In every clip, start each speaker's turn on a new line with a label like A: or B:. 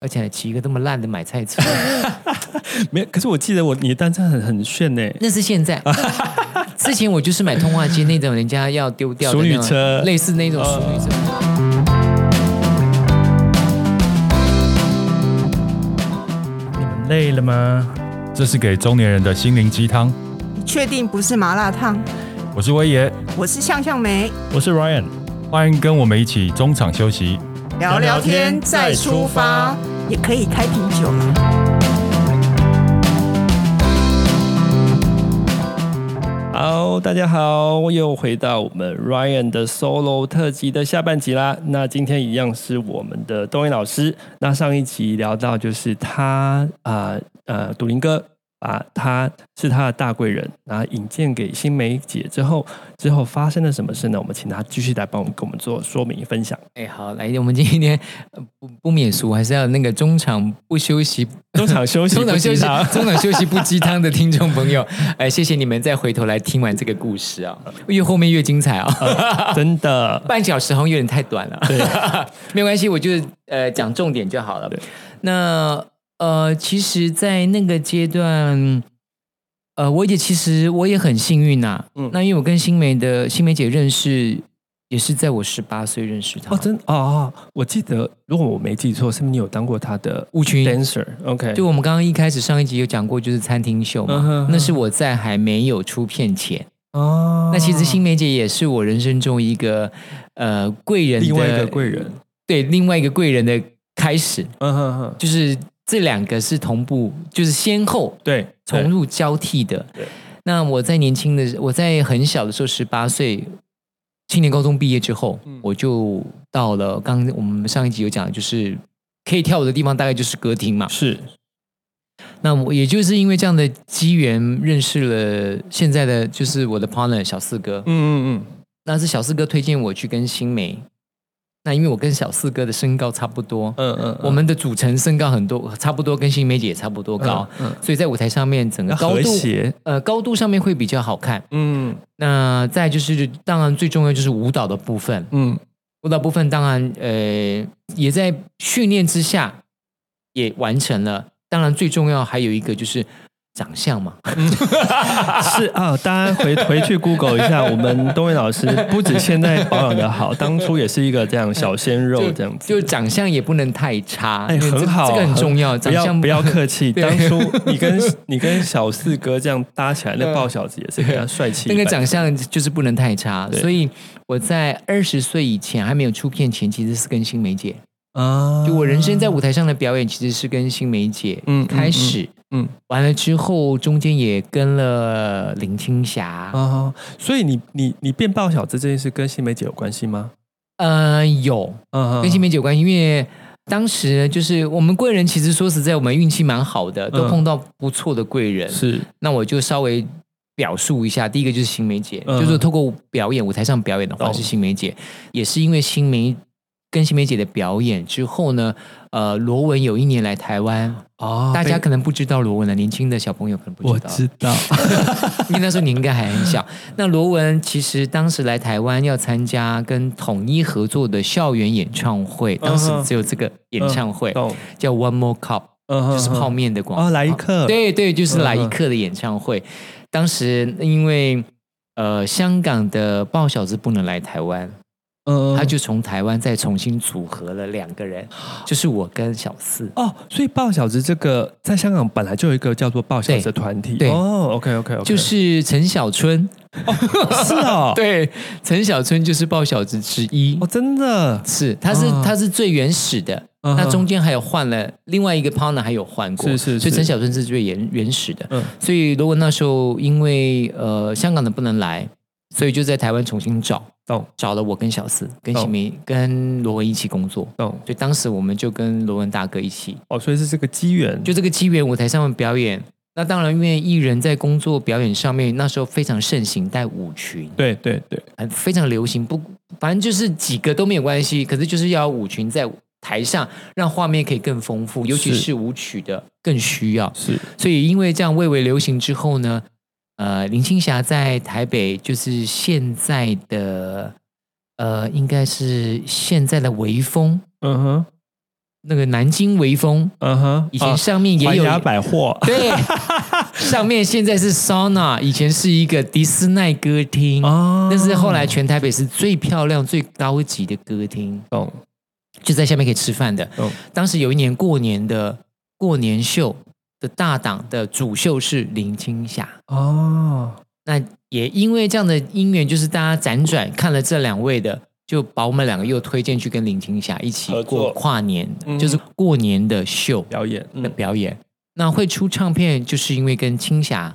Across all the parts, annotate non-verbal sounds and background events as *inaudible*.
A: 而且还骑一个这么烂的买菜车， *laughs*
B: 没有，可是我记得我你的单车很很炫欸呢、
A: 那是现
B: *laughs*
A: 在。之前我就是买通化街那种人家要丢掉的
B: 淑
A: 那
B: 女
A: 种
B: 车啊
A: 类似那种淑女车。
B: 你们累了吗？
C: 这是给中年人的心灵鸡汤。
D: 你确定不是麻辣烫？
C: 我是威爷，
D: 我是向向梅，
B: 我是 Ryan，
C: 欢迎跟我们一起中场休息。
D: 聊聊天再出发，也可以开瓶酒了。
B: 好，大家好，又回到我们 Ryan 的 Solo 特辑的下半集啦。那今天一样是我们的东英老师。那上一集聊到就是他啊呃，赌、林哥啊，他是他的大贵人，然后引荐给新梅姐之后，之后发生了什么事呢？我们请他继续来帮我们跟我们做说明分享。
A: 哎，好，来，我们今天 *laughs* 呃不不免俗，还是要那个中场不休息，
B: 中场休息，
A: 中场休息
B: 不急啊，
A: 中场休息不鸡汤的听众朋友，哎，谢谢你们再回头来听完这个故事啊，越后面越精彩
B: *laughs*
A: 啊。
B: 真的。
A: 半小时好像有点太短了，
B: 对，
A: 没有关系，我就是呃讲重点就好了
B: 对。
A: 那呃，其实，在那个阶段，呃，我也其实我也很幸运呐、
B: 嗯
A: 那因为我跟新梅的新梅姐认识，也是在我十八岁认识她。
B: 哦，真哦哦，我记得，如果我没记错，是不是你有当过他的
A: 舞群
B: dancer？OK，、
A: 就我们刚刚一开始上一集有讲过，就是餐厅秀嘛，
B: 嗯哼
A: 那是我在还没有出片前。
B: 哦，
A: 那其实新梅姐也是我人生中一个呃贵人的
B: 另外一个贵人，
A: 对另外一个贵人的开始，
B: 嗯哼哼，
A: 就是这两个是同步，就是先后
B: 对，
A: 重入交替的
B: 对对。
A: 那我在年轻的，我在很小的时候，十八岁，青年高中毕业之后，
B: 嗯
A: 我就到了刚我们上一集有讲，就是可以跳舞的地方大概就是歌厅嘛。
B: 是
A: 那我也就是因为这样的机缘，认识了现在的就是我的 partner 小四哥。
B: 嗯嗯
A: 那是小四哥推荐我去跟新梅。那因为我跟小四哥的身高差不多，
B: 嗯嗯嗯，
A: 我们的组成身高很多，差不多跟新梅姐也差不多高，
B: 嗯
A: 所以在舞台上面整个
B: 要
A: 高
B: 和
A: 度
B: 谐，
A: 呃高度上面会比较好看。
B: 嗯
A: 那再就是，当然最重要就是舞蹈的部分，
B: 嗯
A: 舞蹈部分当然呃也在训练之下也完成了。当然最重要还有一个就是长相
B: *laughs*
A: 嘛，
B: *laughs* 是啊，大家回回去 Google 一
A: *laughs*
B: 下，我们东伟老师不止现在保养的好，当初也是一个这样小鲜肉
A: 就
B: 这样子，
A: 就长相也不能太差，
B: 哎，
A: 因为这
B: 很好，
A: 这个很重要，
B: 不
A: 长
B: 要
A: 相
B: 不要客气。
A: 对
B: 当初你跟你跟小四哥这样搭
A: *laughs*
B: 起来，那爆小子也是非常帅气
A: 嗯
B: 一
A: 那
B: 百。
A: 个长相就是不能太差，
B: 对
A: 所以我在二十岁以前还没有出片前，其实是跟新梅姐，
B: 啊，
A: 就我人生在舞台上的表演，其实是跟新梅姐
B: 嗯嗯
A: 开始，
B: 嗯嗯
A: 完了之后中间也跟了林青霞，
B: 啊，所以你你你变爆小子这件事跟新梅姐有关系吗？
A: 呃，有
B: 嗯
A: 跟新梅姐有关系，因为。当时就是我们贵人，其实说实在，我们运气蛮好的，都
B: 嗯
A: 碰到不错的贵人。
B: 是
A: 那我就稍微表述一下，第一个就是新梅姐，
B: 嗯
A: 就是透过表演舞台上表演的话
B: 懂
A: 是新梅姐，也是因为新梅跟新梅姐的表演之后呢，呃，罗文有一年来台湾，
B: 哦
A: 大家可能不知道罗文的，年轻的小朋友可能不
B: 我
A: 知道，
B: 知道， *laughs*
A: 因为那时候你应该还很小。那罗文其实当时来台湾要参加跟统一合作的校园演唱会，当时只有这个演唱会、
B: 懂，
A: 叫 One More Cup，
B: 嗯
A: 就是泡
B: 面
A: 面的广告。
B: 哦，来一刻，，
A: 对对，就是来一
B: 嗯
A: 刻的演唱会。当时因为呃，香港的爆小子不能来台湾，
B: 嗯
A: 他就从台湾再重新组合了两个人，就是我跟小四。
B: 哦，所以爆小子这个在香港本来就有一个叫做爆小子的团体，
A: 对对
B: 哦，OK OK OK，
A: 就是陈小春，
B: 是
A: *laughs*
B: 哦，
A: 对，陈小春就是爆小子之一
B: 哦，，真的，
A: 是，他是
B: 啊
A: 他是最原始的，
B: 嗯
A: 那
B: 哼
A: 中间还有换了另外一个 partner，还有换过，
B: 是是
A: 所以
B: 是
A: 陈小春是最原原始的，
B: 嗯
A: 所以如果那时候因为呃香港的不能来，所以就在台湾重新找，
B: 懂
A: 找了我跟小四、跟
B: 哦
A: 新梅、跟罗文一起工作。
B: 懂，
A: 所以当时我们就跟罗文大哥一起，
B: 哦，所以是这个机缘，
A: 就这个机缘舞台上面表演。那当然，因为艺人在工作表演上面，那时候非常盛行带舞裙，
B: 对对对，
A: 很非常流行。不，反正就是几个都没有关系，可是就是要有舞裙在台上，让画面可以更丰富，尤其
B: 是
A: 是舞曲的更需要。
B: 是
A: 所以因为这样蔚为流行之后呢，呃，林青霞在台北就是现在的呃，应该是现在的微风
B: 嗯哼，
A: 那个南京微风，
B: 嗯哼，
A: 以前
B: 啊
A: 上面也
B: 环
A: 有、嗯
B: 亚百货， *laughs*
A: 对，上面现在是 sauna，以前是一个迪斯奈歌厅，
B: 哦
A: 那是后来全台北是最漂亮、最高级的歌厅，
B: 懂
A: 就在下面可以吃饭的。
B: 懂
A: 当时有一年过年的过年秀的大档的主秀是林青霞，
B: 哦，
A: 那也因为这样的因缘，就是大家辗转看了这两位的，就把我们两个又推荐去跟林青霞一起
B: 合作
A: 过跨年，
B: 嗯
A: 就是过年的秀
B: 表演，
A: 的
B: 嗯
A: 表演。那会出唱片，就是因为跟青霞、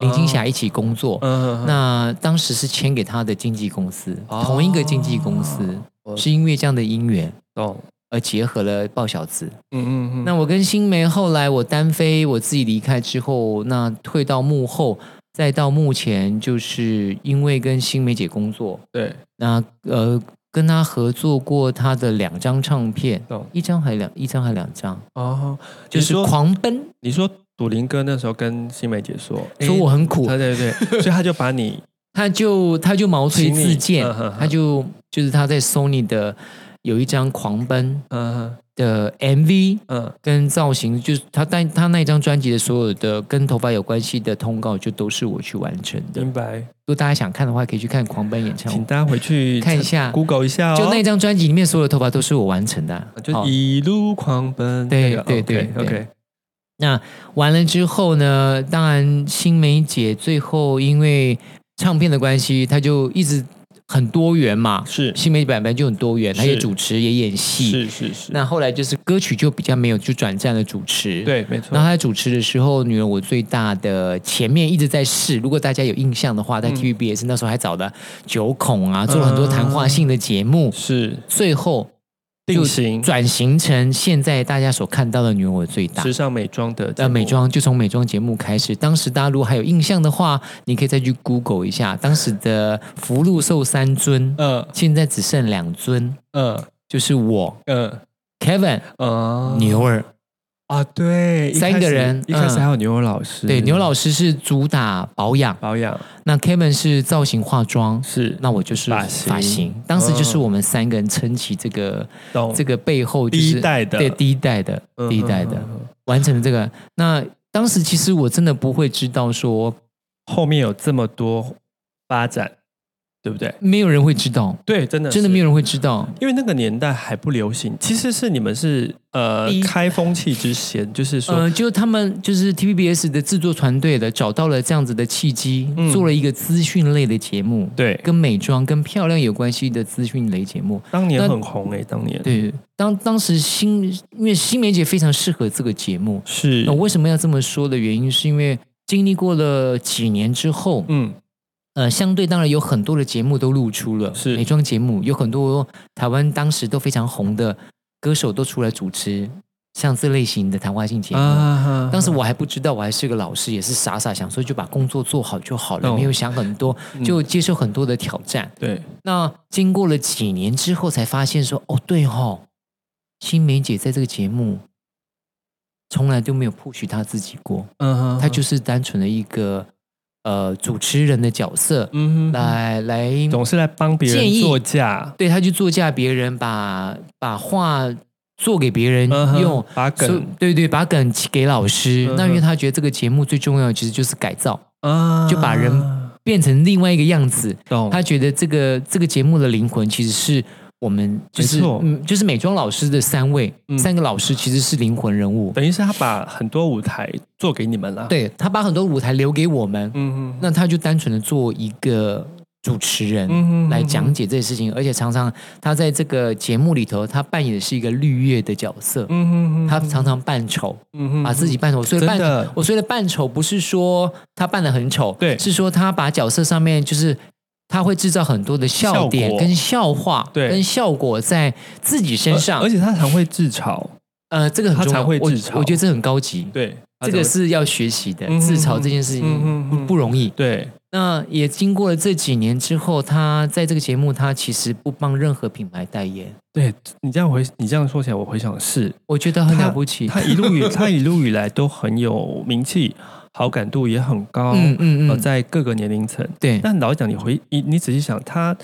A: 林青霞一起工作。
B: 嗯，
A: 那当时是签给他的经纪公司，
B: 哦
A: 同一个经纪公司，
B: 我
A: 是因为这样的因缘
B: 懂，
A: 而结合了鲍小子。
B: 嗯嗯嗯，
A: 那我跟新梅后来我单飞，我自己离开之后，那退到幕后，再到幕前，就是因为跟新梅姐工作，
B: 对，
A: 那呃跟她合作过她的两张唱片
B: 懂，
A: 一张还两一张还两张，
B: 哦，
A: 就
B: 你
A: 是
B: 说
A: 狂奔，
B: 你说赌林哥那时候跟新梅姐说，
A: 说我很苦，
B: 对对对，所以他就把你
A: 他就他就毛遂自荐
B: 请你嗯哼哼，
A: 他就就是他在 Sony 的有一张狂奔
B: 嗯
A: 的 MV
B: 嗯
A: 跟造型，就是他但他那一张专辑的所有的跟头发有关系的通告，就都是我去完成的。
B: 明白，
A: 如果大家想看的话，可以去看狂奔演唱
B: 请
A: 会，
B: 大家回去
A: 看一下
B: Google 一下哦，
A: 就那张专辑里面所有的头发都是我完成的啊、
B: 就
A: 好
B: 一路狂奔，
A: 对对对对
B: ，OK，
A: 那完了之后呢，当然新梅姐最后因为唱片的关系，她就一直很多元嘛。
B: 是
A: 新梅版本就很多元，她也
B: 是
A: 主持也演戏，
B: 是是是，
A: 那后来就是歌曲就比较没有，就转战了主持。。
B: 对没错
A: 然后，他在主持的时候，女儿我最大的前面一直在试。如果大家有印象的话，
B: 嗯
A: 在 TVBS、那时候还找了九孔啊，做了很多谈话性的节目，
B: 是
A: 最后
B: 定型
A: 转型成现在大家所看到的女儿我最大
B: 时。尚美妆的节
A: 那
B: 目
A: 呃美妆就从美妆节目开始，当时大家如果还有印象的话，你可以再去 Google 一下，当时的福禄寿三尊，
B: 嗯
A: 现在只剩两尊，
B: 嗯
A: 就是我
B: 嗯
A: Kevin
B: 嗯，
A: 牛儿。
B: 啊，对，一
A: 三
B: 开
A: 个
B: 始
A: 人
B: 一开
A: 嗯
B: 始还有牛老师，
A: 对，牛老师是主打保养，
B: 保养
A: 那 Kevin 是造型化妆，
B: 是
A: 那我就是
B: 发
A: 发
B: 型哦
A: 型。当时就是我们三个人撑起这个、
B: 懂
A: 这个背后、就是，
B: 哦第一代的
A: 对第一代的
B: 嗯
A: 第一代的、
B: 嗯嗯嗯
A: 完成了这个。那当时其实我真的不会知道说，
B: 后面有这么多发展，对不对？
A: 没有人会知道，
B: 对，真的
A: 真的
B: 是
A: 没有人会知道。
B: 因为那个年代还不流行，其实是你们是呃
A: 第一
B: 开风气之前，就是说、
A: 呃，就他们就是 TVBS 的制作团队的找到了这样子的契机，
B: 嗯
A: 做了一个资讯类的节目，
B: 对，
A: 跟美妆、跟漂亮有关系的资讯类节目。
B: 当年
A: 但
B: 很红诶、当年
A: 对，当当时新因为新梅姐非常适合这个节目。
B: 是
A: 那为什么要这么说的原因，是因为经历过了几年之后，
B: 嗯
A: 呃，相对当然有很多的节目都露出了，
B: 是
A: 美妆节目，有很多台湾当时都非常红的歌手都出来主持像这类型的谈话性节目。
B: 啊
A: 当时我还不知道，我还是个老师，也是傻傻想说就把工作做好就好了，
B: 懂
A: 没有想很多，
B: 嗯
A: 就接受很多的挑战。
B: 对
A: 那经过了几年之后，才发现说，哦，对哦，新梅姐在这个节目从来都没有 push 她自己过，
B: 嗯哼
A: 她就是单纯的一个呃主持人的角色，
B: 嗯哼
A: 来来，
B: 总是来帮别人
A: 建议
B: 做嫁，
A: 对，她去作嫁别人，把把话做给别人
B: 嗯哼
A: 用。
B: 把
A: 所以
B: 梗
A: 对对，把梗给老师。
B: 嗯哼
A: 那因为她觉得这个节目最重要的其实就是改造，
B: 啊
A: 就把人变成另外一个样子。
B: 懂
A: 他觉得这个这个节目的灵魂其实是我们就是
B: 没错
A: 嗯，就是美妆老师的三位、
B: 嗯
A: 三个老师其实是灵魂人物，
B: 等于是他把很多舞台做给你们了，，
A: 对他把很多舞台留给我们，
B: 嗯
A: 那他就单纯的做一个主持人。
B: 嗯
A: 来讲解这些事情，而且常常他在这个节目里头，他扮演的是一个绿叶的角色，
B: 嗯
A: 他常常扮丑，
B: 嗯
A: 把自己扮丑。所以
B: 真
A: 扮
B: 的
A: 我说的扮丑不是说他扮的很丑，
B: 对
A: 是说他把角色上面就是他会制造很多的笑
B: 效
A: 点
B: 果
A: 跟笑话，
B: 对
A: 跟效果在自己身上，
B: 而且他常会自嘲，
A: 呃，这个很
B: 他
A: 重要，
B: 才会
A: 我
B: 自嘲
A: 我觉得这很高级，
B: 对，
A: 这个是要学习的，
B: 嗯
A: 自嘲这件事
B: 嗯嗯
A: 情
B: 嗯
A: 不不容易。
B: 对
A: 那也经过了这几年之后，他在这个节目，他其实不帮任何品牌代言，
B: 对，你这样回你这样说起来，我回想
A: *laughs*
B: 是
A: 我觉得很了不起。
B: 他一路以他一路以来都很有名气，好感度也很高，
A: 嗯嗯
B: 呃，
A: 嗯，
B: 在各个年龄层。
A: 对，
B: 但老实讲，你回你你仔细想，他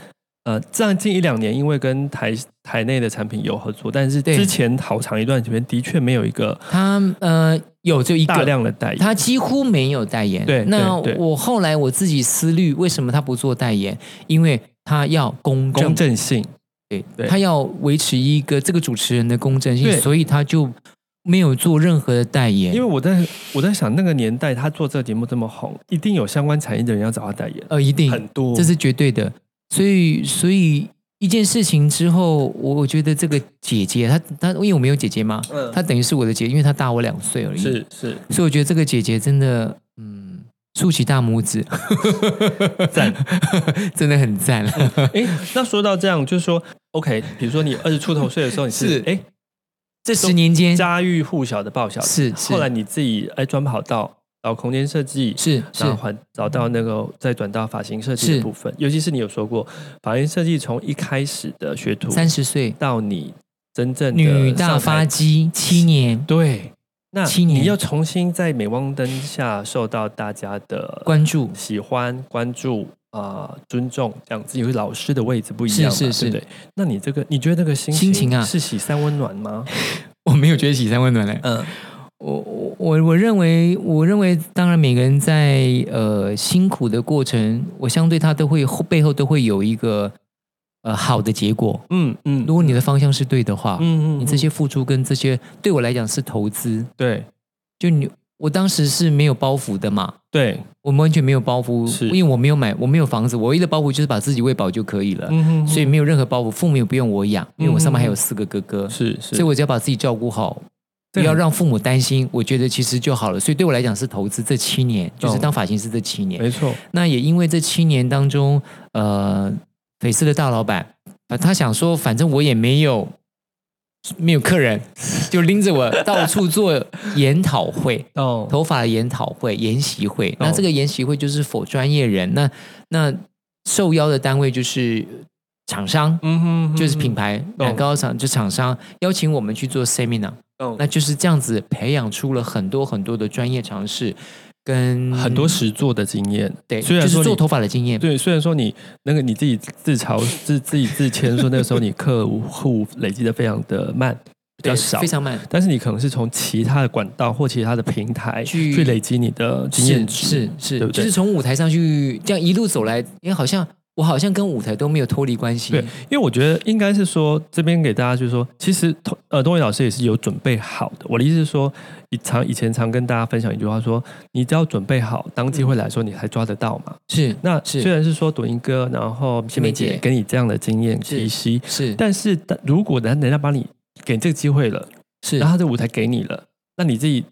B: 呃，这样近一两年，因为跟台台内的产品有合作，但是
A: 对
B: 之前好长一段时间的确没有一个
A: 他呃有就一
B: 大
A: 个，
B: 量的代言。
A: 他几乎没有代言。
B: 对
A: 那
B: 对对
A: 我后来我自己思虑，为什么他不做代言？因为他要公正，
B: 公正性，
A: 对
B: 对
A: 他要维持一个这个主持人的公正性
B: 对，
A: 所以他就没有做任何的代言。
B: 因为我在我在想，那个年代他做这个节目这么红，一定有相关产业的人要找他代言，
A: 呃，一定
B: 很多。
A: 这是绝对的。所以，所以一件事情之后，我我觉得这个姐姐，她她因为我没有姐姐嘛，
B: 嗯
A: 她等于是我的姐，因为她大我两岁而已。，
B: 是是
A: 所以我觉得这个姐姐真的，嗯，竖起大拇指， *laughs*
B: 赞。
A: 真的很赞了。
B: 哎，那说到这样，就是说，OK，比如说你二十出头岁的时候，你是
A: 是
B: 哎
A: 这十年间
B: 家喻户晓的爆小子，
A: 是是
B: 后来你自己哎转跑道到空间设计，
A: 是
B: 然后
A: 是
B: 还找到那个再转到发型设计的
A: 是
B: 部分，尤其是你有说过，发型设计从一开始的学徒
A: 三十岁
B: 到你真正的
A: 女大
B: 上
A: 发
B: 台，
A: 机七年
B: 对，那
A: 七年
B: 你又重新在镁光灯下受到大家的
A: 关注，
B: 喜欢、关注。啊、尊重这样子，因为老师的位置不一
A: 是
B: 样嘛，
A: 是
B: 对不对？那你这个，你觉得这个心
A: 心情啊
B: 是喜三温
A: *laughs*
B: 暖吗？
A: 我没有觉得喜三温暖嘞。欸
B: 嗯，
A: 我呃我我我认为，我认为，当然每个人在呃辛苦的过程，我相对他都会后背后都会有一个呃好的结果。
B: 嗯嗯
A: 如果你的方向是对的话，
B: 嗯嗯，
A: 你这些付出跟这些对我来讲是投资。
B: 对
A: 就你我当时是没有包袱的嘛，
B: 对，
A: 我完全没有包袱
B: 是，
A: 因为我没有买，我没有房子，我唯一的包袱就是把自己喂饱就可以了，
B: 嗯
A: 所以没有任何包袱，父母也不用我养，因为我上面还有四个哥哥，
B: 是是，
A: 所以我只要把自己照顾好，不
B: 对
A: 要让父母担心，我觉得其实就好了。所以对我来讲是投资这七年，就是
B: 懂
A: 当发型师这七年。
B: 没错，
A: 那也因为这七年当中，呃，翡翠的大老板，呃他想说，反正我也没有没有客人，就拎着我到处做研讨会。
B: 哦，
A: 头发的研讨会、研习会，
B: 哦
A: 那这个研习会就是否专业人，那那受邀的单位就是厂商，
B: 嗯哦哼哼
A: 就是品，牌
B: 懂
A: 染膏厂就厂商邀请我们去做 seminar，
B: 懂
A: 那就是这样子培养出了很多很多的专业常识跟
B: 很多实作的经验。
A: 对，
B: 虽
A: 就
B: 然
A: 是
B: 说
A: 做
B: 你
A: 头发的经验，
B: 对，虽然说你那个你自己自嘲自自己自谦说那个时候你客户累积的非常的慢，比较
A: 对
B: 少
A: 非。常慢，
B: 但是你可能是从其他的管道或其他的平台
A: 去
B: 去累积你的经验
A: 是
B: 值，
A: 是是，
B: 对不
A: 就
B: 对
A: 是？从舞台上去这样一路走来，因为好像我好像跟舞台都没有脱离关系
B: 对，因为我觉得应该是说，这边给大家就是说，其实同呃，东伟老师也是有准备好的。我的意思是说，以常以前常跟大家分享一句话说，你只要准备好，当机会来说，你才抓得到嘛。
A: 是
B: 那
A: 嗯是
B: 虽然是说朵英哥，然后新梅
A: 梅
B: 姐
A: 姐
B: 给你这样的经验
A: 是
B: 提息，
A: 是
B: 但是但如果人人家帮你给这个机会了，
A: 是
B: 然后他这舞台给你了，那你自己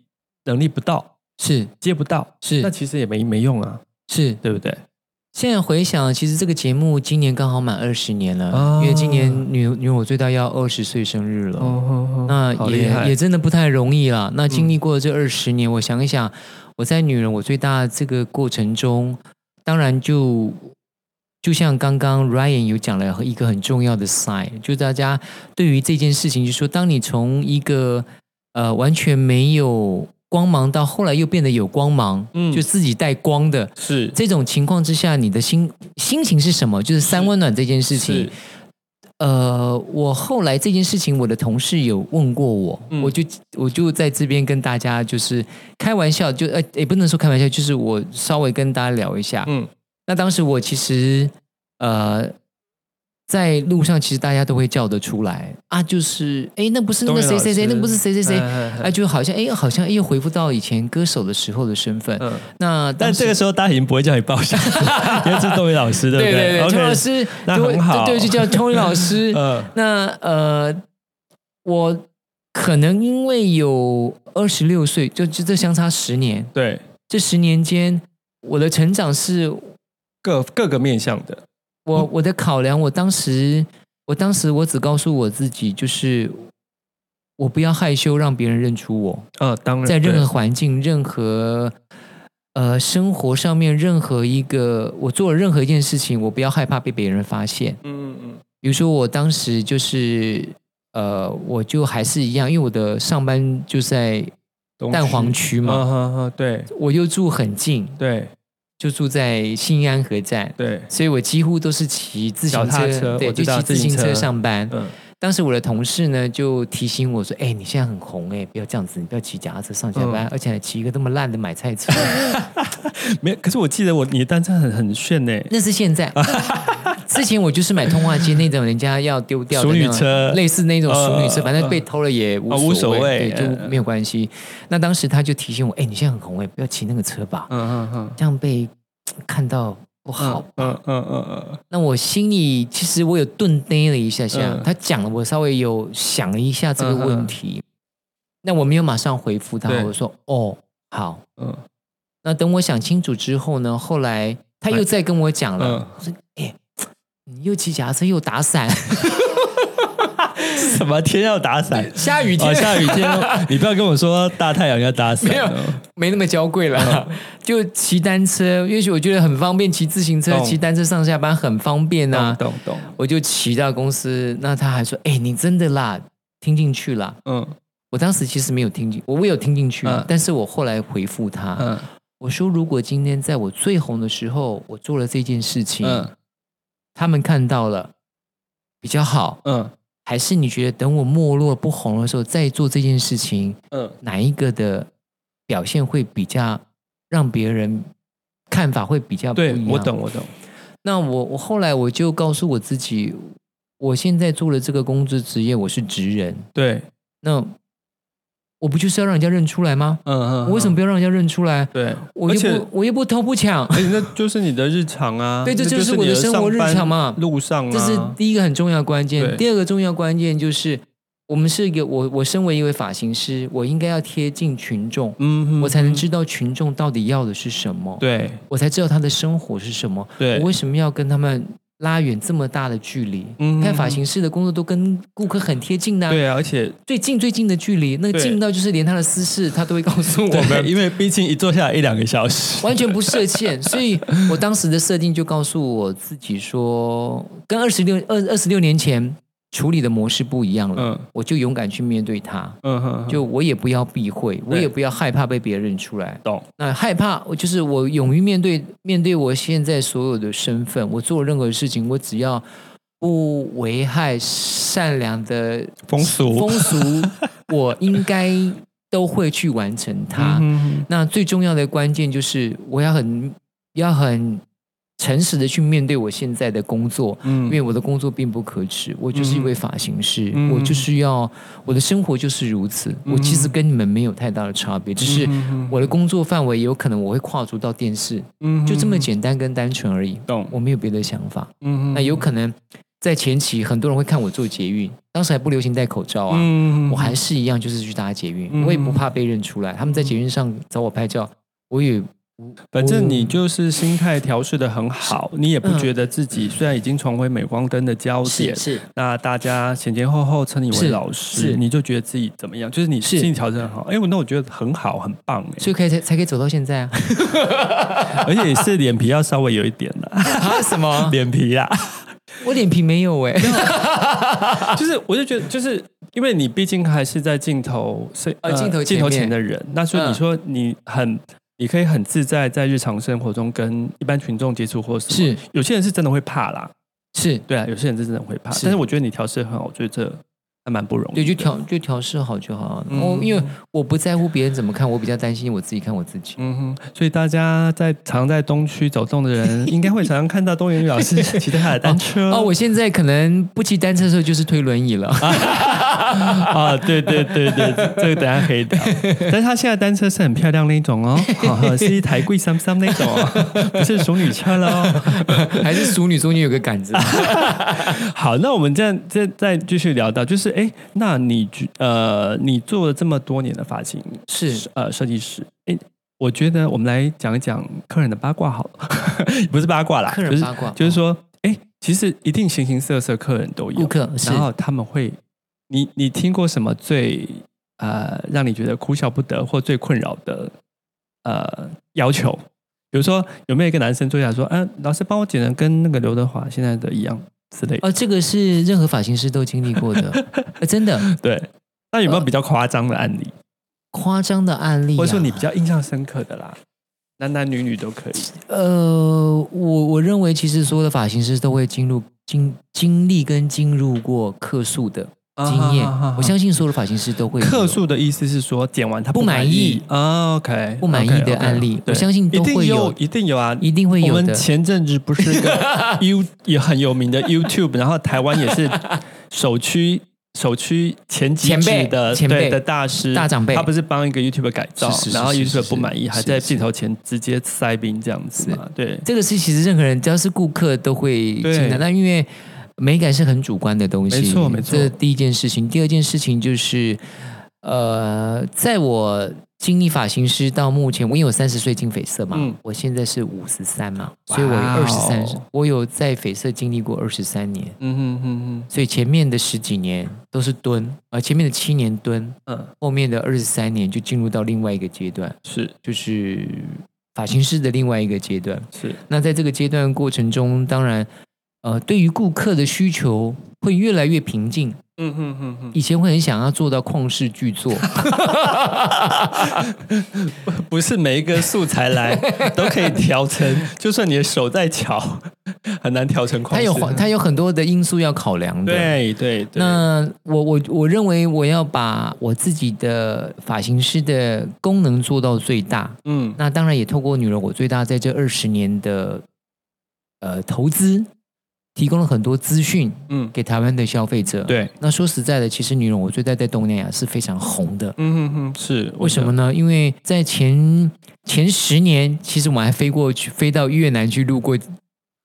B: 能力不到，
A: 是
B: 接不到，那
A: 是
B: 其实也没没用啊，
A: 是。
B: 对不对？
A: 现在回想，其实这个节目今年刚好满二十年了，
B: 哦
A: 因为今年女女我最大要二十岁生日了。
B: 哦
A: 那
B: 好厉害嗯
A: 也也真的不太容易啦。那经历过这二十年，我想一想，我在女人我最大这个过程中，当然就就像刚刚 Ryan 有讲了一个很重要的 sign，就大家对于这件事情，就说当你从一个呃完全没有光芒到后来又变得有光芒，
B: 嗯
A: 就自己带光的
B: 是
A: 这种情况之下，你的心心情是什么？就是三温暖这件事情
B: 是。
A: 呃，我后来这件事情，我的同事有问过我，
B: 嗯
A: 我就我就在这边跟大家就是开玩笑，就呃也不能说开玩笑，就是我稍微跟大家聊一下。
B: 嗯
A: 那当时我其实呃在路上，其实大家都会叫得出来啊，就是哎那不是那个谁谁谁，那不是谁谁谁，哎、
B: 哎
A: 就好像哎好像哎又回复到以前歌手的时候的身份。
B: 嗯，
A: 那
B: 但
A: 当时
B: 这个时候大家已经不会叫你爆笑了，因为这是窦唯老师，对不
A: 对对对，
B: o
A: 邱
B: k
A: 老师
B: 那
A: 就会
B: 很好
A: 对，就
B: *laughs*
A: 叫邱老师。
B: 嗯
A: 那呃，我可能因为有二十六岁，就就这相差十年，
B: 对，
A: 这十年间我的成长是
B: 各各个面向的，嗯
A: 我我的考量，我当时我当时我只告诉我自己，就是我不要害羞，让别人认出我。
B: 嗯，当然
A: 在任
B: 对
A: 何环境、任何呃生活上面，任何一个我做了任何一件事情，我不要害怕被别人发现。
B: 嗯嗯
A: 比如说，我当时就是呃，我就还是一样，因为我的上班就在
B: 嗯，
A: 蛋黄区
B: 嘛，
A: 嘛，
B: 哈哈，对
A: 我又住很近，
B: 对，
A: 就住在新安河站，
B: 对，
A: 所以我几乎都是骑自行
B: 脚踏
A: 车，
B: 车
A: 对，
B: 我
A: 就
B: 知道
A: 骑自
B: 自行
A: 行车
B: 车
A: 上班。
B: 嗯，
A: 当时我的同事呢就提醒我说：“哎、你现在很红哎、不要这样子，你不要骑脚踏车上下
B: 嗯
A: 班，而且还骑一个这么烂的买菜车。
B: 没有。可是我记得我你的单车很很炫呢、
A: 那是现在， *laughs* 之前我就是买通话机那种人家要丢掉的
B: 淑女
A: 那种
B: *laughs* 车
A: 类似那种淑女车，
B: 呃
A: 反正被偷了也无
B: 啊
A: 所
B: 无所谓
A: 对，就没有关系。那当时他就提醒我：“哎、你现在很红哎、不要骑那个车吧，
B: 嗯嗯嗯，
A: 这样被嘖看到不好。
B: 嗯嗯嗯嗯
A: 那我心里其实我有顿呆了一下下，
B: 嗯
A: 他讲了，我稍微有想了一下这个问题，那我没有马上回复他，
B: 嗯对
A: 我说哦好。
B: 嗯
A: 那等我想清楚之后呢，后来他又再跟我讲了，
B: 哎嗯
A: 你又骑脚踏车又打伞，
B: 嗯，什么天要打伞？
A: *laughs* 下雨天、
B: 哦，下雨
A: *laughs*
B: 天，你不要跟我说大太阳要打伞
A: 没有
B: 哦。
A: 没那么娇贵了，
B: 嗯
A: *laughs* 就骑单车，也许我觉得很方便，骑自行车、
B: 懂
A: 骑单车上下班很方便啊。
B: 懂懂懂，
A: 我就骑到公司，那他还说：“哎、你真的啦，听进去啦。”
B: 嗯
A: 我当时其实没有听进，我我有听进去，
B: 嗯
A: 但是我后来回复他，
B: 嗯
A: 我说如果今天在我最红的时候，我做了这件事情，
B: 嗯
A: 他们看到了比较好，
B: 嗯
A: 还是你觉得等我没落不红的时候再做这件事情，
B: 嗯
A: 哪一个的表现会比较让别人看法会比较不一
B: 对
A: 样？
B: 我懂。我懂，
A: 那我我后来我就告诉我自己，我现在做了这个工作职业，我是职人，
B: 对，
A: 那我不就是要让人家认出来吗？
B: 嗯嗯，
A: 我为什么不要让人家认出来？
B: 对？
A: 我
B: 而
A: 又
B: 且嗯啊
A: 不，我又不偷不抢，
B: 而且哎那就是你的日常啊，
A: *laughs* 对这
B: 那
A: 就是是我的
B: 你
A: 生活
B: 上班
A: 日常嘛
B: 路上啊，
A: 这是第一个很重要的关键。
B: 对
A: 第二个重要关键就是，我们是一个我我身为一位发型师，我应该要贴近群众，
B: 嗯哼，
A: 我才能
B: 嗯
A: 知道群众到底要的是什么，
B: 对
A: 我才知道他的生活是什么。
B: 对
A: 我，为什么要跟他们拉远这么大的距离？
B: 嗯
A: 你看发型师的工作都跟顾客很贴近的、
B: 对啊，而且
A: 最近最近的距离，那个
B: 对
A: 近到就是连他的私事他都会告诉 *laughs* 我
B: 我
A: 们
B: 们。因为毕竟一坐下来一两个小时，
A: *laughs* 完全不设限，所以我当时的设定就告诉我自己说，跟二十六二二十六年前处理的模式不一样了，
B: 嗯
A: 我就勇敢去面对它，
B: 嗯哼，
A: 就我也不要避讳，我也不要害怕被别人认出来。
B: 懂，
A: 那害怕，我就是我勇于面对面对我现在所有的身份，我做任何事情，我只要不危害善良的
B: 风俗
A: 风俗，
B: *laughs*
A: 我应该都会去完成它。
B: 嗯
A: 那最重要的关键就是我要很要很诚实的去面对我现在的工作，因
B: 嗯
A: 为我的工作并不可耻，我就是一位发型师，
B: 嗯
A: 我就是要我的生活就是如此。我其实跟你们没有太大的差别，只
B: 嗯
A: 是我的工作范围有可能我会跨足到电视，
B: 嗯
A: 就这么简单跟单纯而已。
B: 懂，
A: 我没有别的想法。
B: 嗯
A: 那有可能在前期很多人会看我做捷运，当时还不流行戴口罩啊。
B: 嗯
A: 我还是一样，就是去搭捷运，
B: 嗯
A: 我也不怕被认出来。他们在捷运上找我拍照，我也
B: 反正你就是心态调试的很好，你也不
A: 哦嗯
B: 觉得自己虽然已经重回镁光灯的焦点，
A: 是
B: 那大家前前后后称你为
A: 是
B: 老师，
A: 是
B: 你就觉得自己怎么样？就是你
A: 是
B: 心理调整很好，哎，我那我觉得很好，很棒哎，
A: 所以可以才才可以走到现在
B: *laughs*
A: 啊！
B: 而且也是脸皮要稍微有一点啦，
A: 啊什么？
B: 脸皮啦，
A: *laughs* 我脸皮没有哎、
B: 就是我就觉得，就是因为你毕竟还是在镜头是
A: 呃镜头前面嗯
B: 镜头前的人，那所以你说你很。你可以很自在在日常生活中跟一般群众接触，或是
A: 是
B: 有些人是真的会怕啦，
A: *laughs* 是，
B: 对啊，有些人是真的会怕，
A: 是
B: 但是我觉得你调试得很好，我觉得这还蛮不容易的。
A: 对，就调就调试好就好。
B: 嗯
A: 我、因为我不在乎别人怎么看，我比较担心我自己看我自己。
B: 嗯哼，所以大家在常在东区走动的人，应该会常常看到东元宇老师骑着他的单车
A: 哦，我现在可能不骑单车的时候就是推轮椅了。
B: 啊，对对对对，这个等下可以聊。但是他现在单车是很漂亮那一种哦， *laughs* 好是一台贵三三那种、哦，不是熟女车了哦。
A: *laughs* 还是熟女中间有个杆子，
B: *laughs* 好，那我们这样再再继续聊到，就是哎，那你觉呃，你做了这么多年的发型
A: *laughs* 是
B: 呃设计师，哎，我觉得我们来讲一讲客人的八卦好了，不是八卦啦，
A: 客人
B: 就是
A: 八卦嗯
B: 就是说，哎，其实一定形形色色客人都有，
A: 顾客是
B: 然后他们会，你你听过什么最呃让你觉得哭笑不得或最困扰的呃要求？比如说有没有一个男生坐下来说，嗯、老师帮我剪的跟那个刘德华现在的一样之类的？
A: 哦，这个是任何发型师都经历过 *laughs* 的，呃、真的
B: 对，那有
A: 呃
B: 没有比较夸张的案例，
A: 夸张的案例、啊。
B: 或者说你比较印象深刻的啦？男男女女都可以。
A: 呃，我我认为其实所有的发型师都会进入经经历跟进入过客诉的
B: 嗯
A: 经验，我相信所有的发型师都会有
B: 客诉的意思是说剪完他
A: 不满
B: 满
A: 意
B: 啊，OK，
A: 不满意的案例
B: OK，OK，
A: 我相信
B: 对
A: 都
B: 一定
A: 会有
B: 有，一定有啊，
A: 一定会
B: 我
A: 有
B: 们
A: 的。
B: 前阵子不是一
A: *laughs*
B: 个 You 也很有名的 YouTube，然后台湾也是首屈首屈前几
A: 前辈
B: 指的
A: 前辈
B: 对的大师
A: 大长辈
B: 他不是帮一个 YouTube 改造
A: 是是，是
B: 然后
A: 是是
B: YouTube 不满意，
A: 是
B: 还在
A: 是
B: 镜头前直接塞冰这样子嘛？对，
A: 这个是其实任何人只要是顾客都会
B: 对
A: 进来，那因为美感是很主观的东西，
B: 没错没错
A: 这第一件事情，第二件事情就是，呃，在我经历发型师到目前，我因为我三十岁进绯色嘛，
B: 嗯
A: 我现在是五十三嘛，
B: 哇哦
A: 所以我二十三，我有在绯色经历过二十三年。
B: 嗯哼哼
A: 所以前面的十几年都是蹲，呃，前面的七年蹲，
B: 哼，嗯，
A: 后面的二十三年就进入到另外一个阶段，
B: 是
A: 就是发型师的另外一个阶段。
B: 是，
A: 那在这个阶段过程中，当然，呃，对于顾客的需求会越来越平静。
B: 嗯哼哼哼，
A: 以前会很想要做到旷世巨作， *laughs*
B: 不是每一个素材
A: *laughs*
B: 来都可以调成，就算你的手再巧，很难调成框
A: 它
B: 式。
A: 有它有很多的因素要考量的。
B: 对对对，
A: 那我我我认为我要把我自己的发型师的功能做到最大，
B: 嗯
A: 那当然也透过女人我最大在这二十年的呃投资，提供了很多资讯
B: 嗯，
A: 给台湾的消费者。，
B: 对，
A: 那说实在的，其实女人我最大在东南亚是非常红的。
B: 嗯哼嗯哼，是
A: 为什么？呢？因为在前前十年，其实我们还飞过去，飞到越南去录过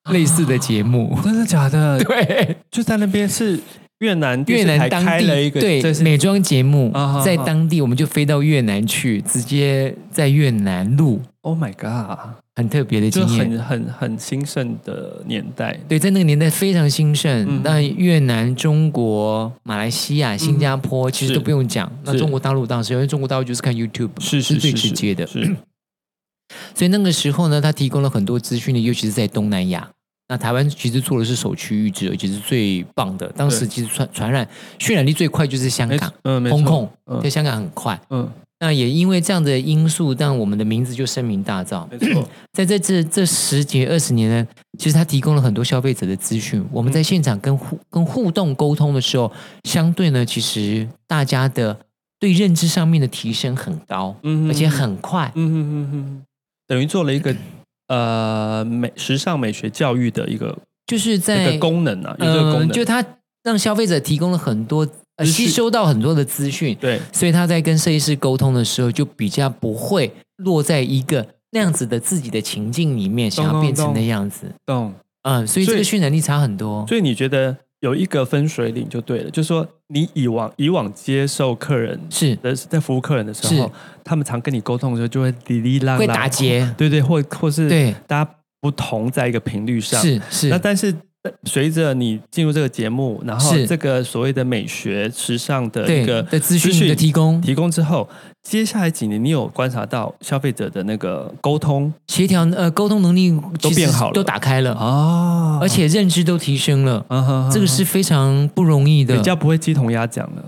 B: 啊
A: 类似的节目
B: *laughs* 我。真的假的？
A: 对，
B: 就在那边是越南
A: 越
B: 电
A: 南
B: 视台
A: 当
B: 开了一
A: 地
B: 个
A: 对
B: 这是
A: 美妆节目
B: 啊啊啊，
A: 在当地我们就飞到越南去，直接在越南录，
B: Oh my God，
A: 很特别的
B: 就
A: 经验。
B: 很很很兴盛的年代。
A: 对，在那个年代非常兴盛
B: 嗯。
A: 那、越南、中国、马来西亚、新加坡、其实都
B: 是
A: 不用讲。那
B: 是
A: 中国大陆当时，因为中国大陆就是看 YouTube，
B: 是
A: 是
B: 是
A: 最
B: 是
A: 直
B: 是
A: 接的。
B: 是，
A: 所以那个时候呢，它提供了很多资讯的，尤其是在东南亚。那台湾其实做的是首屈一指，而且是最棒的。当时
B: 对
A: 其实传传染渲染力最快就是香
B: 没
A: 港、
B: 嗯，没
A: 风
B: 错，
A: 控，
B: 嗯
A: 在香港很快。
B: 嗯，
A: 那也因为这样的因素，让我们的名字就声名大噪。
B: 没错，
A: 在这这这十几二十年呢，其实它提供了很多消费者的资讯。我
B: 嗯
A: 们在现场跟互跟互动沟通的时候，相对呢，其实大家的对认知上面的提升很高，
B: 嗯
A: 而且，很快。
B: 嗯哼哼哼，等于做了一个呃美时尚美学教育的一个
A: 就是
B: 一
A: 在
B: 个功能啊，有这个功
A: 呃嗯就
B: 能，
A: 它让消费者提供了很多、呃、
B: 资讯
A: 吸收到很多的资讯，
B: 对，
A: 所以他在跟设计师沟通的时候，就比较不会落在一个那样子的自己的情境里面，想要
B: 懂
A: 变成
B: 懂
A: 那样子。
B: 懂。
A: 嗯，所以
B: 所
A: 这个
B: 以
A: 渲染力差很多。
B: 所以你觉得有一个分水岭就对了，就是说你以往以往接受客人
A: 是
B: 的在服务客人的时候
A: 是，
B: 他们常跟你沟通的时候就会哩哩啦啦，
A: 会打结，
B: *laughs* 对对，或或是
A: 对，
B: 大家不同在一个频率上。
A: 是是
B: 那，但是呃随着你进入这个节目，然后
A: 是
B: 这个所谓的美学时尚的
A: 对
B: 一个
A: 的资讯的提供、
B: 提供之后，接下来几年你有观察到消费者的那个沟通
A: 协调呃沟通能力其
B: 都
A: 实
B: 变好了
A: 都打开了，
B: 哦
A: 而且认知都提升了，这个是非常不容易的
B: 啊比。较不会鸡同鸭讲了。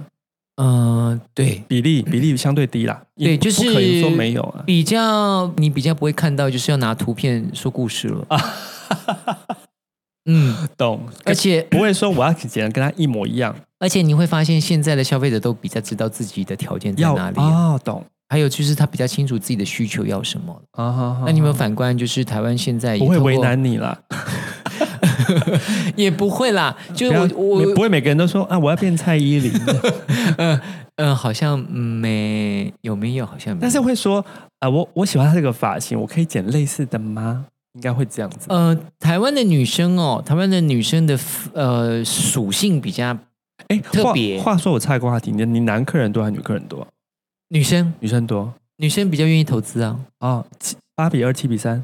A: 嗯，对，
B: 比例比例相对低啦，
A: 对
B: 也
A: 就是
B: 不可以说没有 *laughs* 啊。
A: 比较你比较不会看到，就是要拿图片说故事了。嗯，
B: 懂，
A: 而且
B: 不会说我要简单跟他一模一样，
A: 而且你会发现，现在的消费者都比较知道自己的条件在
B: 要
A: 哪里，
B: 哦，懂
A: 还有就是他比较清楚自己的需求要什么。
B: 啊哈哈
A: 那你有没有反观，就是台湾现在也
B: 不会
A: 透过
B: 为，难你啦？
A: 也不会啦。就
B: 不要
A: 是我
B: 不
A: 我
B: 会每个人都说啊，我要变蔡依林， *laughs*
A: 嗯嗯，好像嗯没有没有，好像没有
B: 但是会说啊，我我喜欢他这个发型，我可以剪类似的吗？应该会这样子。
A: 呃，台湾的女生哦，台湾的女生的呃属性比较
B: 哎，
A: 特
B: 话
A: 别
B: 话说我岔一个话题，你你男客人多还是女客人多？
A: 女生
B: 女生多
A: 女生比较愿意投资啊，
B: 哦，七八比二，七比三，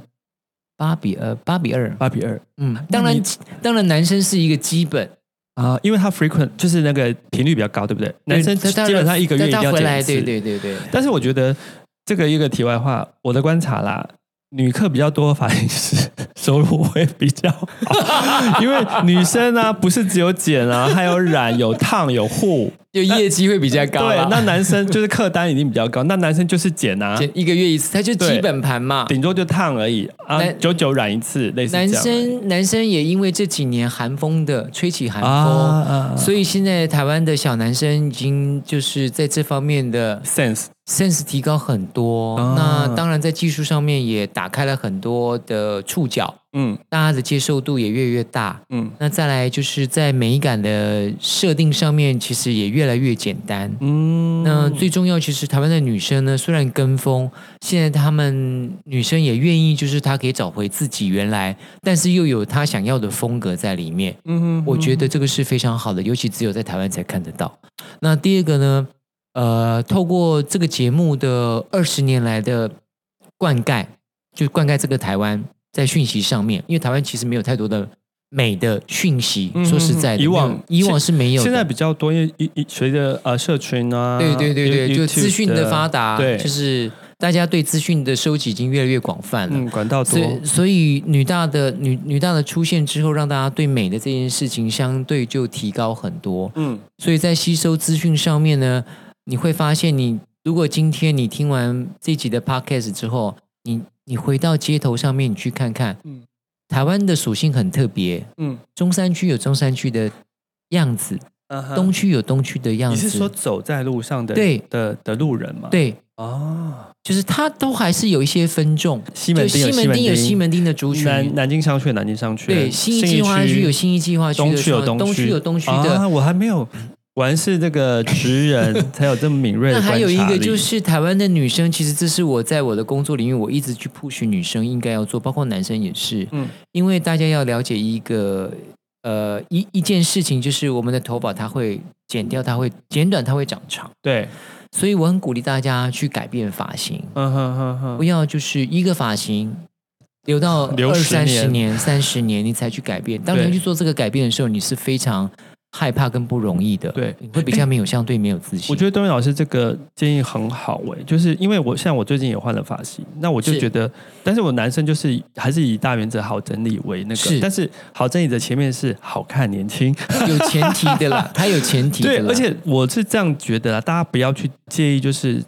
A: 八比二，八比二，
B: 八比二
A: 嗯，当然
B: 你
A: 当然男生是一个基本，
B: 啊，因为他 frequent 就是那个频率比较高，对不对？男生
A: 对他
B: 基本上一个月一定
A: 他
B: 要
A: 回来，
B: 剪一次
A: 对。对对对，
B: 但是我觉得这个一个题外话，我的观察啦，女客比较多，发型师收入会比较
A: *laughs*
B: 好，因为女生呢、不是只有
A: *laughs*
B: 剪啊，还有染、有烫、有护。
A: 就业绩会比较高啊
B: 对
A: 啦。，
B: 那男生就是客单一定比较高，那男生就是剪啊，
A: 剪一个月一次，它就
B: 对
A: 基本盘嘛。
B: 顶多就烫而已啊，
A: 男
B: 久久染一次，类似这
A: 男
B: 样。
A: 生男生也因为这几年韩风的吹起韩
B: 啊
A: 风，
B: 啊
A: 所以现在台湾的小男生已经就是在这方面的
B: ，sense
A: sense 提高很多。
B: 啊
A: 那当然在技术上面也打开了很多的触角，
B: 嗯
A: 大家的接受度也越来越大。
B: 嗯
A: 那再来就是在美感的设定上面，其实也越来越简单。
B: 嗯，
A: 那最重要，其实台湾的女生呢，虽然跟风，现在她们女生也愿意，就是她可以找回自己原来，但是又有她想要的风格在里面。
B: 嗯
A: 我觉得这个是非常好的，尤其只有在台湾才看得到。那第二个呢，呃，透过这个节目的二十年来的灌溉，就灌溉这个台湾在讯息上面，因为台湾其实没有太多的美的讯息。
B: 嗯
A: 说实在的，
B: 以往
A: 没有以往是没有的，
B: 现在比较多，因为一一随着呃社群啊，
A: 对对对对，
B: You-
A: 就
B: YouTube
A: 资讯的发达，
B: 对
A: 就是大家对资讯的收集已经越来越广泛了。
B: 嗯管道
A: 所
B: 多，
A: 以，所以女大的女女大的出现之后，让大家对美的这件事情相对就提高很多。
B: 嗯
A: 所以在吸收资讯上面呢，你会发现你，如果今天你听完这集的 podcast 之后，你你回到街头上面，你去看看，
B: 嗯
A: 台湾的属性很特别，
B: 嗯，
A: 中山区有中山区的样子，
B: 啊哈
A: 东区有东区的样
B: 你
A: 子。
B: 是说走在路上的
A: 对
B: 的的路人吗？
A: 对，
B: 哦，
A: 就是它都还是有一些分众，
B: 西
A: 就
B: 门町有
A: 西门町有西门町的族群，
B: 南南京商圈、南京商圈，
A: 对，新一计划区有新一计划区啊
B: 东
A: 的
B: 区
A: 时
B: 有
A: 候，东
B: 区
A: 有东区的。
B: 啊，我还没有，我还是这个职
A: *laughs*
B: 人才有这么敏锐的
A: 那
B: 观察
A: 还
B: 力。
A: 有一个就是台湾的女生，其实这是我在我的工作领域，我一直去 push 女生应该要做，包括男生也是，
B: 嗯
A: 因为大家要了解一个呃一一件事情，就是我们的头发它会剪掉，它会剪短，它会长长，
B: 对，
A: 所以我很鼓励大家去改变发型。
B: 嗯哼哼哼，
A: 不要就是一个发型留到
B: 留
A: 二
B: 10
A: 三
B: 年
A: 十年、三十年你才去改变。当你
B: 对
A: 要去做这个改变的时候，你是非常害怕跟不容易的，
B: 对
A: 你会比较没有相对没有自信。
B: 我觉得东云老师这个建议很好诶、就是因为我像我最近也换了发型，那我就是觉得，但是我男生就是还是以大原则好整理为那个，
A: 是
B: 但是好整理的前面是好看年轻，
A: 得有前提的
B: *laughs*
A: 啦，它有前提的
B: 对，
A: 啦。
B: 而且我是这样觉得啦，大家不要去介意就是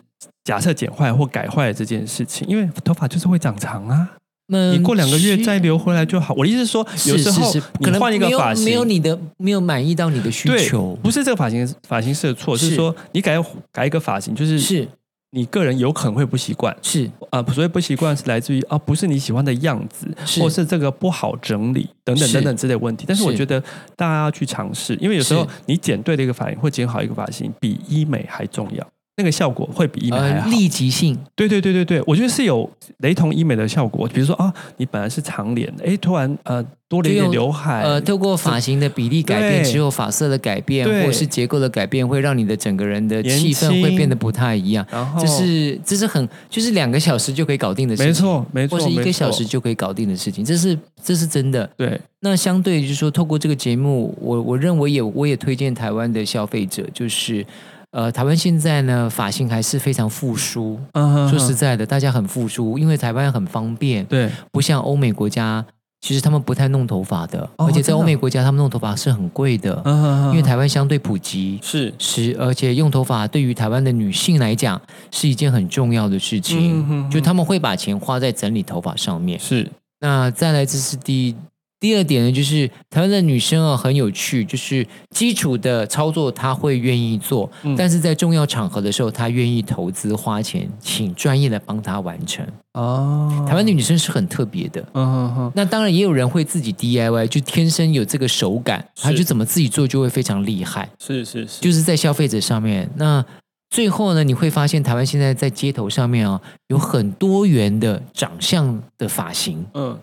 B: 假设剪坏或改坏这件事情，因为头发就是会长长啊，
A: 嗯
B: 你过两个月再留回来就好。我的意思是说，有
A: 是
B: 时
A: 是
B: 候
A: 是，
B: 你
A: 可能
B: 换一个
A: 没有
B: 发型，
A: 没有你的没有满意到你的需
B: 对
A: 求，
B: 不是这个发型发型师的错，是
A: 是
B: 说你改改一个发型，就是
A: 是
B: 你个人有可能会不习惯。
A: 是
B: 啊、所谓不习惯是来自于啊，不是你喜欢的样子，
A: 是
B: 或是这个不好整理等等
A: 是
B: 等等之类的问题。但是我
A: 是
B: 觉得大家要去尝试，因为有时候
A: 是
B: 你剪对了一个发型或剪好一个发型，比医美还重要，那个效果会比医美还
A: 呃
B: 好。
A: 立即性
B: 对对对对对，我觉得是有雷同医美的效果。比如说啊，你本来是长脸，哎，突然呃多了一
A: 就
B: 点
A: 用
B: 刘海，
A: 呃，透过发型的比例改变
B: 哎对
A: 之后，发色的改变
B: 对
A: 或是结构的改变，会让你的整个人的
B: 年
A: 气氛
B: 轻
A: 会变得不太一样。
B: 然后
A: 这是这是很就是两个小时就可以搞定的事情，
B: 没，错没错，
A: 或是一
B: 没
A: 个小
B: 错
A: 时就可以搞定的事情，这是这是真的。
B: 对，
A: 那相对就是说，透过这个节目，我我认为也我也推荐台湾的消费者，就是呃，台湾现在呢发型还是非常复苏。
B: 嗯哼
A: 说实
B: 哼，
A: 在的，大家很复苏，因为台湾很方便，
B: 对，
A: 不像欧美国家，其实他们不太弄头发的，
B: 哦
A: 而且在
B: 真的
A: 欧美国家他们弄头发是很贵的，
B: 嗯哼哼，
A: 因为台湾相对普及。
B: 是
A: 是，而且用头发对于台湾的女性来讲是一件很重要的事情，
B: 嗯哼
A: 就他们会把钱花在整理头发上面。
B: 是
A: 那再来，这是第第二点呢，就是台湾的女生啊很有趣，就是基础的操作她会愿意做，
B: 嗯
A: 但是在重要场合的时候，她愿意投资花钱，请专业来帮她完成。
B: 哦，
A: 台湾的女生是很特别的。
B: 嗯哼哼。
A: 那当然，也有人会自己 DIY，就天生有这个手感，她
B: 是
A: 就怎么自己做就会非常厉害。
B: 是是是，
A: 就是在消费者上面。那最后呢，你会发现台湾现在在街头上面啊、有很多元的长相的发型，
B: 嗯，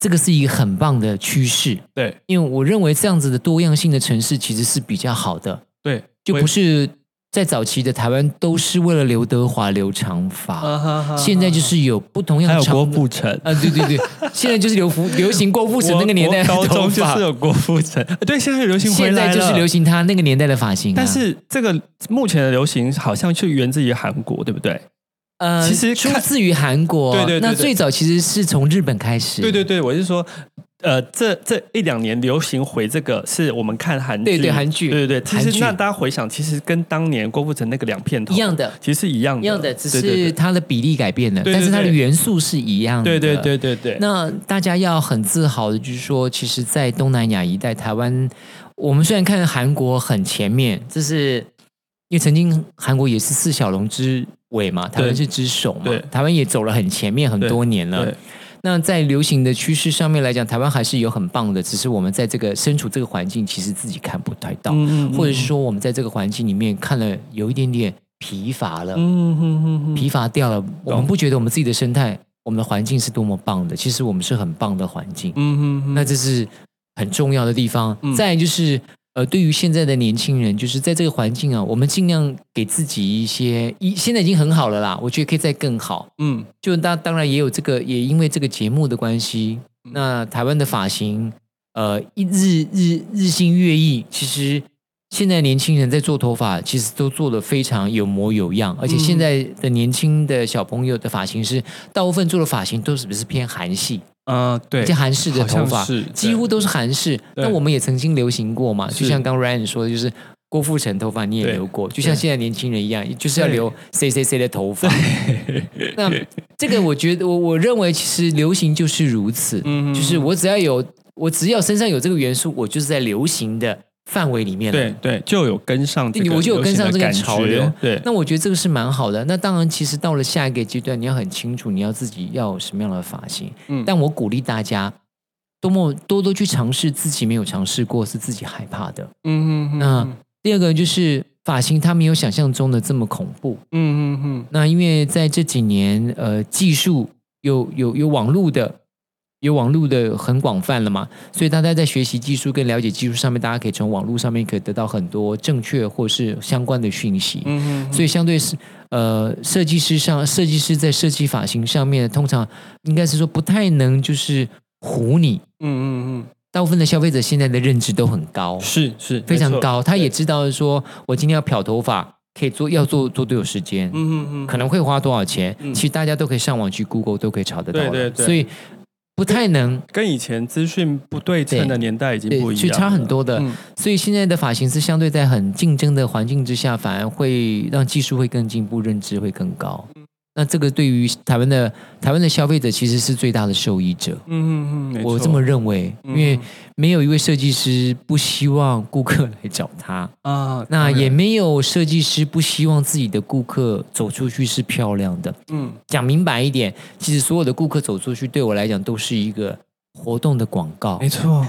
A: 这个是一个很棒的趋势。
B: 对，
A: 因为我认为这样子的多样性的城市其实是比较好的，
B: 对，
A: 就
B: 我
A: 不是在早期的台湾都是为了刘德华留长发，
B: 啊哈哈
A: 现在就是有不同样
B: 还有
A: 的
B: 郭
A: 长。
B: 富城。
A: 啊，对对对，
B: *laughs*
A: 现在就是流服流行郭富城那个年代
B: 我
A: 的
B: 高
A: 头
B: 中就
A: 发
B: 是，有郭
A: *laughs*
B: 富城，对，现在流行回
A: 现
B: 来
A: 在
B: 了，
A: 就是流行他那个年代的发型啊、
B: 但是这个目前的流行好像是源自于韩国，对不对？
A: 呃，
B: 其实
A: 出
B: 看
A: 自于韩国，
B: 对对对
A: 那
B: 对
A: 最早其实是从日本开始，
B: 对对对，我是说，呃，这这一两年流行回这个，是我们看韩剧，
A: 对对韩剧
B: 对对对。其
A: 韩
B: 实
A: 剧
B: 那大家回想，其实跟当年郭富城那个两片头
A: 一样的
B: 其实是一样的，
A: 一样的，只
B: 对对
A: 是
B: 对
A: 它的比例改变了，
B: 对对
A: 但是它的
B: 对
A: 元素是一样的，
B: 对对对对对。
A: 那大家要很自豪的，就是说，其实，在东南亚一带，台湾，我们虽然看韩国很前面，这是因为曾经韩国也是四小龙之尾嘛，台湾是之首嘛
B: 对，
A: 台湾也走了很前面很多年了
B: 对。
A: 那在流行的趋势上面来讲，台湾还是有很棒的，只是我们在这个身处这个环境，其实自己看不太到，
B: 嗯嗯嗯
A: 或者是说我们在这个环境里面看了有一点点疲乏了。
B: 嗯哼哼哼，
A: 疲乏掉了，我们不觉得我们自己的生态、我们的环境是多么棒的，其实我们是很棒的环境。
B: 嗯哼哼，
A: 那这是很重要的地方。
B: 嗯
A: 再来就是，呃，对于现在的年轻人，就是在这个环境啊，我们尽量给自己一些，一现在已经很好了啦，我觉得可以再更好。
B: 嗯
A: 就当当然也有这个，也因为这个节目的关系，那台湾的发型，呃，一日日日新月异。其实现在年轻人在做头发，其实都做的非常有模有样，而且现在的年轻的小朋友的发型师，大部分做的发型都是不是偏韩系，
B: 啊，对
A: 而且，韩式的头
B: 好
A: 发
B: 像是对
A: 几乎都是韩式。
B: 对
A: 那我们也曾经流行过嘛，
B: 是
A: 就像刚 Ryan 说的，就是。郭富城头发你也
B: 对
A: 留过，就像
B: 对
A: 现在年轻人一样，就是要
B: 对
A: 留谁谁谁的头发。 *laughs* 那这个我觉得，我我认为其实流行就是如此，
B: 嗯
A: 就是我只要有我只要身上有这个元素，我就是在流行的范围里面了
B: 对对，就有跟上这个，
A: 我就有跟上这个
B: 感觉
A: 潮流
B: 对，
A: 那我觉得这个是蛮好的。那当然，其实到了下一个阶段，你要很清楚你要自己要有什么样的发型。
B: 嗯
A: 但我鼓励大家多么多多去尝试自己没有尝试过，是自己害怕的。
B: 嗯哼哼，
A: 那第二个就是发型，它没有想象中的这么恐怖。
B: 嗯哼哼，
A: 那因为在这几年，呃，技术有有有网络的，有网络的很广泛了嘛，所以大家在学习技术跟了解技术上面，大家可以从网络上面可以得到很多正确或是相关的讯息。
B: 嗯哼哼，
A: 所以相对是呃，设计师上，设计师在设计发型上面，通常应该是说不太能就是唬你。
B: 嗯嗯
A: 大部分的消费者现在的认知都很高
B: 嗯，，是是
A: 非常
B: 没错
A: 高，他也
B: 对
A: 知道说我今天要漂头发，可以做要做做多有时间，
B: 嗯哼哼，
A: 可能会花多少钱，
B: 嗯
A: 其实大家都可以上网去 Google 都可以查得到的，
B: 对对对
A: 所以不太能
B: 跟以前资讯不对称的年代已经
A: 对
B: 不一样
A: 去
B: 了，
A: 差很多的，
B: 嗯
A: 所以现在的发型师相对在很竞争的环境之下，反而会让技术会更进步，认知会更高。那这个对于台湾的台湾的消费者其实是最大的受益者，
B: 嗯嗯嗯，没错嗯
A: 我这么认为，因为没有一位设计师不希望顾客来找他，
B: *laughs* 啊，
A: 那
B: 当然
A: 也没有设计师不希望自己的顾客走出去是漂亮的。
B: 嗯
A: 讲明白一点，其实所有的顾客走出去，对我来讲都是一个活动的广告
B: 没。错，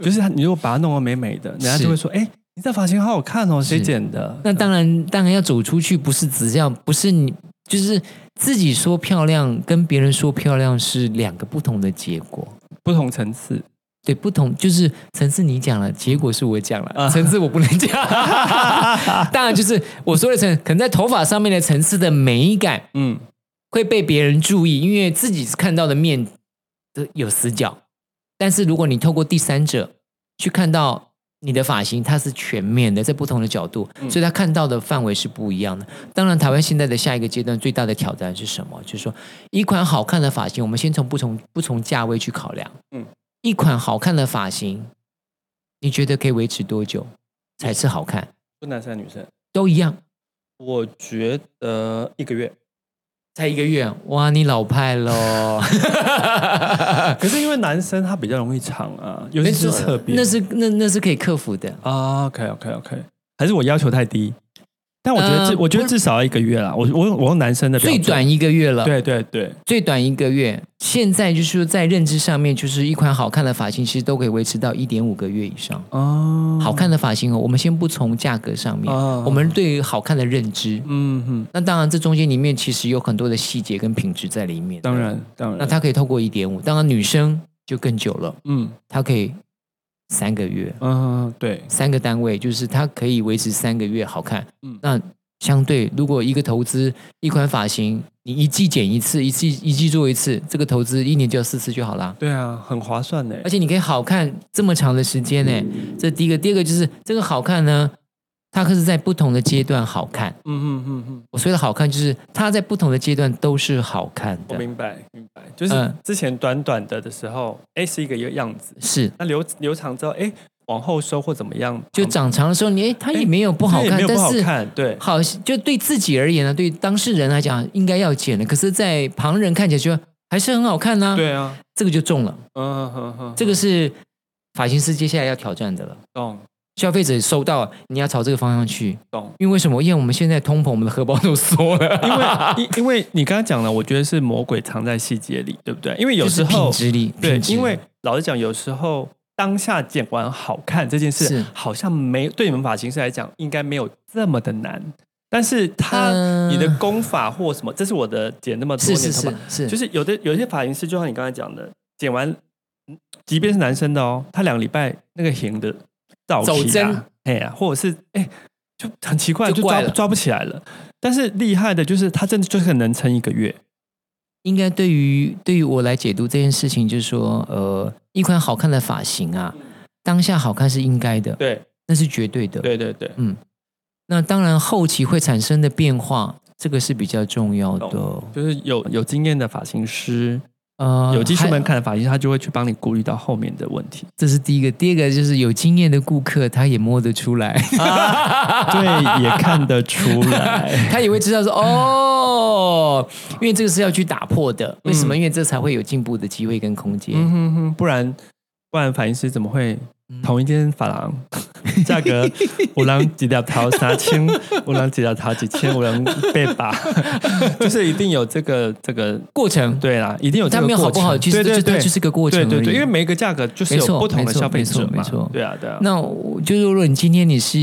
B: *laughs* 就是他你如果把它弄得美美的，人家
A: 是
B: 就会说，哎，你这发型好好看哦，谁
A: 是
B: 剪的？
A: *laughs* 那当然，当然要走出去，不是只要不是你，就是自己说漂亮，跟别人说漂亮是两个不同的结果。
B: 嗯不同层次，
A: 对，不同就是层次你讲了，结果是我讲了，
B: 啊
A: 层次我不能讲。 *laughs* 当然就是我说的层，可能在头发上面的层次的美感
B: 嗯，
A: 会被别人注意，因为自己看到的面的有死角，但是如果你透过第三者去看到你的发型，它是全面的，在不同的角度，所以他看到的范围是不一样的。当然，台湾现在的下一个阶段最大的挑战是什么？就是说，一款好看的发型，我们先从不同不同价位去考量。
B: 嗯
A: 嗯，一款好看的发型，你觉得可以维持多久才是好看？
B: 不男生女生，
A: 都一样，
B: 我觉得一个月。
A: 才一个月，哇，你老派喽。
B: 可是因为男生他比较容易长啊，尤
A: 没
B: 其是
A: 错，
B: 侧边。
A: 那是那那是可以克服的。
B: 啊，OK OK OK，还是我要求太低？但我觉得至、
A: 呃
B: 我觉得至少要一个月啦。我我用我用男生的标
A: 最
B: 准
A: 短一个月了，
B: 对对对，
A: 最短一个月。现在就是说在认知上面，就是一款好看的发型，其实都可以维持到一点五个月以上。
B: 哦，
A: 好看的发型哦，我们先不从价格上面，
B: 哦
A: 我们对于好看的认知。
B: 嗯哼，
A: 那当然，这中间里面其实有很多的细节跟品质在里面。
B: 当，然当然，
A: 那它可以透过一点五，当然女生就更久了，
B: 嗯
A: 它可以三个月。
B: 嗯对，
A: 三个单位，就是它可以维持三个月好看。
B: 嗯
A: 那相对如果一个投资一款发型，你一季剪一次，一季一季做一次，这个投资一年就要四次就好啦。
B: 对啊，很划算呢。
A: 而且你可以好看这么长的时间呢、这第一个，第二个就是这个好看呢，它可是在不同的阶段好看。
B: 嗯嗯嗯嗯，
A: 我说的好看，就是它在不同的阶段都是好看
B: 我
A: 的，
B: 明白明白，就是
A: 啊嗯
B: 之前短短的的时候，哎、是一个样子，
A: 是。
B: 那留留长之后，哎、往后收或怎么样，
A: 就长长的时候，你哎，它也没有不
B: 不
A: 好
B: 也
A: 看，
B: 没有
A: 但
B: 不好
A: 是啊
B: 看，对，
A: 好就对自己而言呢、对当事人来讲应该要剪的，可是，在旁人看起来就还是很好看呐、
B: 对啊，
A: 这个就中了，
B: 嗯哼哼，
A: 这个是发型师接下来要挑战的了。
B: 懂
A: 消费者收到，你要朝这个方向去，
B: 懂。
A: 因为为什么？因为我们现在通膨，我们的荷包都缩了，
B: *laughs* 因为因因为你刚刚讲了，我觉得是魔鬼藏在细节里，对不对？因为有时候
A: 就是品质力，
B: 对
A: 品，质
B: 因为老实讲，有时候当下剪完好看这件
A: 是
B: 事，好像没对你们发型师来讲，应该没有这么的难。但是他、
A: 嗯
B: 你的功法或什么，这是我的剪那么多
A: 是
B: 年
A: 是
B: 头发
A: 是是，
B: 就是有的有一些发型师，就像你刚才讲的，剪完，即便是男生的哦，他两个礼拜那个型的造
A: 走
B: 型
A: 针
B: 啊，哎呀、或者是哎、就很奇怪，
A: 就
B: 就
A: 怪
B: 抓
A: 了
B: 抓不起来了。但是厉害的就是他真的就是能撑一个月，
A: 应该对于对于我来解读这件事情，就是说，呃，一款好看的发型啊，当下好看是应该的，
B: 对
A: 那是绝对的。
B: 对对对，
A: 那当然，后期会产生的变化，这个是比较重要的。
B: 就是有有经验的发型师，
A: 呃，
B: 有技术
A: 还
B: 门槛的发型师，他就会去帮你顾虑到后面的
A: *laughs*
B: 问题。
A: 这是第一个，第二个就是有经验的顾客，他也摸得出来，
B: 啊对，也看得出来。
A: *laughs* 他也会知道说，哦，因为这个是要去打破的。为什么？因为这才会有进步的机会跟空间。
B: 嗯哼哼，不然不然，发型师怎么会
A: 嗯
B: 同一间发廊 *laughs* 价格五郎几条桃
A: *laughs*
B: 三千，五郎几条桃几千，五郎被拔， *laughs* 就是一定有这个这个
A: 过程，
B: 对啦，一定有这
A: 它
B: 个
A: 没有好
B: 过
A: 不
B: 程。
A: 好，其实
B: 对对
A: 就它
B: 对，
A: 就是个过程而
B: 对
A: 已。
B: 对对，因为每一个价格就是
A: 没错
B: 有不同的
A: 没错
B: 消费者
A: 没
B: 嘛
A: 错没错，
B: 对啊对啊，
A: 那我就是，如果你今天你是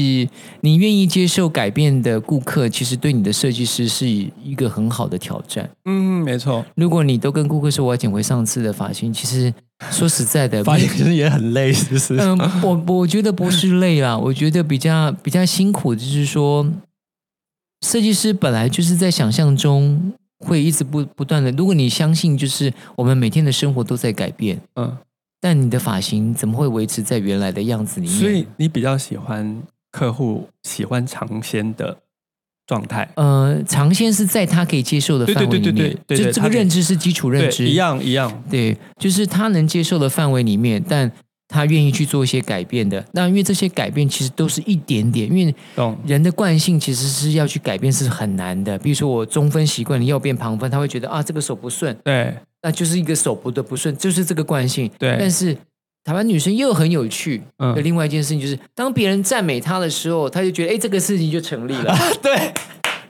A: 你愿意接受改变的顾客，其实对你的设计师是一个很好的挑战。
B: 嗯没错，
A: 如果你都跟顾客说我要剪回上次的发型，其实说实在
B: *laughs*
A: 的，
B: 发型师也很累，是不是？
A: 嗯，我我觉得不是累啦，我觉得比较比较辛苦，就是说，设计师本来就是在想象中会一直不不断的。如果你相信，就是我们每天的生活都在改变，
B: 嗯，
A: 但你的发型怎么会维持在原来的样子里面？
B: 所以你比较喜欢客户喜欢尝鲜的状态。
A: 呃，长线是在他可以接受的
B: 对对
A: 范围里
B: 对对
A: 面，
B: 对对对
A: 就这个
B: 他可以
A: 认知是基础认
B: 对，
A: 知，
B: 一样一样，
A: 对，就是他能接受的范围里面，但他愿意去做一些改变的。那因为这些改变其实都是一点点，因为
B: 懂？
A: 人的惯性其实是要去改变是很难的。比如说我中分习惯了要变旁分，他会觉得啊这个手不顺，
B: 对
A: 那就是一个手部的不顺，就是这个惯性。
B: 对，
A: 但是台湾女生又很有趣，
B: 嗯
A: 有另外一件事情就是，当别人赞美她的时候，她就觉得哎这个事情就成立了。
B: *laughs* 对，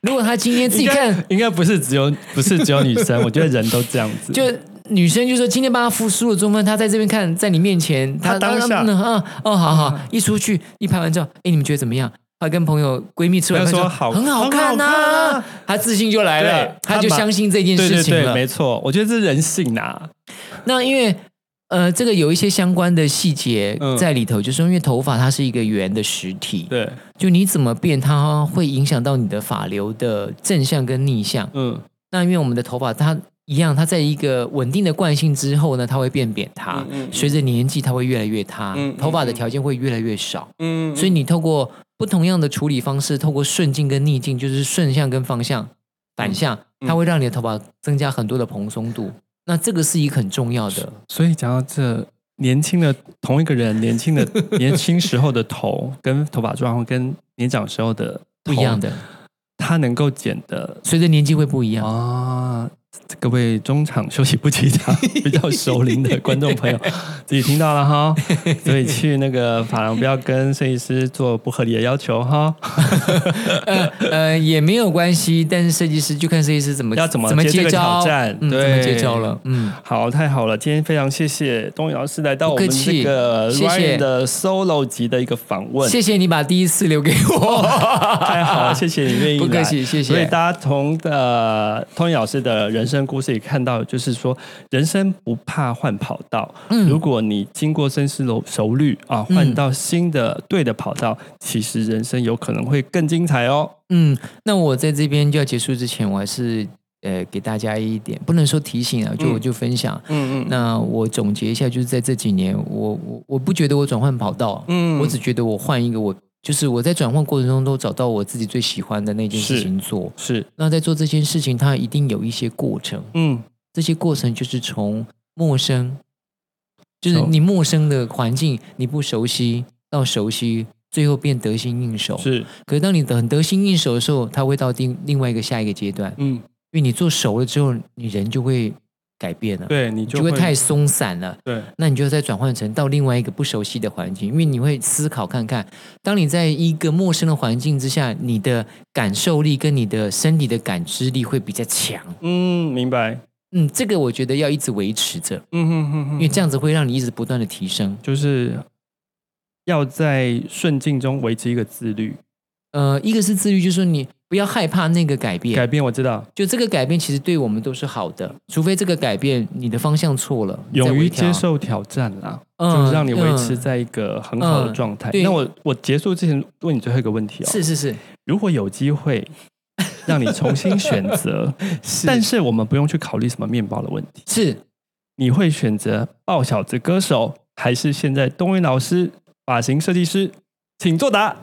A: 如果她今天自己
B: 应该
A: 看，
B: 应该不是只有不是只有女生，我觉得人都这样
A: *laughs*
B: 子。
A: 就女生就说今天帮她付输了中分，她在这边看，在你面前，
B: 她当下
A: 嗯嗯哦好好，一出去一拍完照，哎你们觉得怎么样？她跟朋友闺蜜吃完
B: 她
A: 饭
B: 说
A: 说
B: 好
A: 很好看
B: 很好看
A: 呐
B: 啊，
A: 她自信就来
B: 对
A: 了，她就
B: 她把
A: 相信这件
B: 对
A: 事
B: 对
A: 情
B: 对，
A: 了。
B: 没错，我觉得这是人性啊呐。
A: 那因为呃这个有一些相关的细节
B: 嗯
A: 在里头，就是因为头发它是一个圆的实体，
B: 对，
A: 就你怎么变，它会影响到你的发流的正向跟逆向。
B: 嗯，
A: 那因为我们的头发它一样，它在一个稳定的惯性之后呢，它会变扁塌，
B: 嗯嗯嗯
A: 随着年纪它会越来越塌，
B: 嗯嗯
A: 头发的条件会越来越少，
B: 嗯
A: 所以你透过不同样的处理方式，透过顺境跟逆境，就是顺向跟方向、反
B: 嗯
A: 向，它会让你的头发增加很多的蓬松度。那这个是一个很重要的，
B: 所以讲到这，年轻的同一个人，
A: *laughs*
B: 年轻的年轻时候的头跟头发状况跟年长时候的
A: 不一样
B: 头，
A: 的，
B: 他能够剪的
A: 随着年纪会不一样。
B: 啊。各位中场休息不起场比较熟龄的观众
A: *laughs*
B: 朋友，自己听到了哈，所以去那个发廊不要跟设计师做不合理的要求哈。
A: 呃 *laughs* 呃，也没有关系，但是设计师就看设计呃师怎么
B: *laughs* 要怎么
A: 么
B: 接这
A: 接
B: 个
A: 招
B: 挑战
A: 嗯，
B: 对
A: 怎么接招了，嗯，
B: 好，太好了！今天非常谢谢东宇老师来到我们
A: 不客
B: 这
A: 气
B: 个
A: 谢谢
B: Ryan 的 solo 级的一个访问，
A: 谢谢你把第一次留给
B: *laughs*
A: 我，
B: 太好了，谢谢你愿意来，
A: 不客气谢谢
B: 所以大家从呃通宇老师的人生故事里看到，就是说人生不怕换跑道，
A: 嗯
B: 如果你经过深思熟熟虑啊，
A: 嗯
B: 换到新的对的跑道，其实人生有可能会更精彩哦。
A: 嗯，那我在这边就要结束之前，我还是呃给大家一点，不能说提醒啊，就
B: 嗯
A: 我就分享。
B: 嗯嗯
A: 那我总结一下，就是在这几年，我我我不觉得我转换跑道，
B: 嗯
A: 我只觉得我换一个我就是我在转换过程中都找到我自己最喜欢的那件事情做。
B: 是，
A: 那在做这件事情，它一定有一些过程，
B: 嗯，
A: 这些过程就是从陌生，就是
B: 从
A: 你陌生的环境，你不熟悉到熟悉，最后变得心应手。
B: 是，
A: 可是当你很得心应手的时候，它会到另另外一个下一个阶段，因
B: 嗯，
A: 为你做熟了之后，你人就会改变了，
B: 对你
A: 你
B: 就
A: 就会太松散了。
B: 对，
A: 那你就再转换成到另外一个不熟悉的环境，因为你会思考看看，当你在一个陌生的环境之下，你的感受力跟你的身体的感知力会比较强。
B: 嗯，明白，
A: 嗯，这个我觉得要一直维持着，
B: 嗯哼哼
A: 因
B: 哼，
A: 为这样子会让你一直不断的提升。
B: 就是要在顺境中维持一个自律，
A: 呃，一个是自律，就是说你不要害怕那个改变，
B: 改变我知道，
A: 就这个改变其实对我们都是好的，除非这个改变你的方向错了，你再
B: 勇于
A: 微调
B: 接，受挑战啦，
A: 嗯
B: 就是让你维持
A: 嗯
B: 在一个很好的状态。
A: 对
B: 那我我结束之前问你最后一个问题哦，
A: 是是是
B: 如果有
A: *laughs*
B: 机会让你重新选择，
A: 是
B: 但是我们不用去考虑什么面包的问题，
A: 是
B: 你会选择爆小子歌手，还是现在东云老师发型设计师？请作答。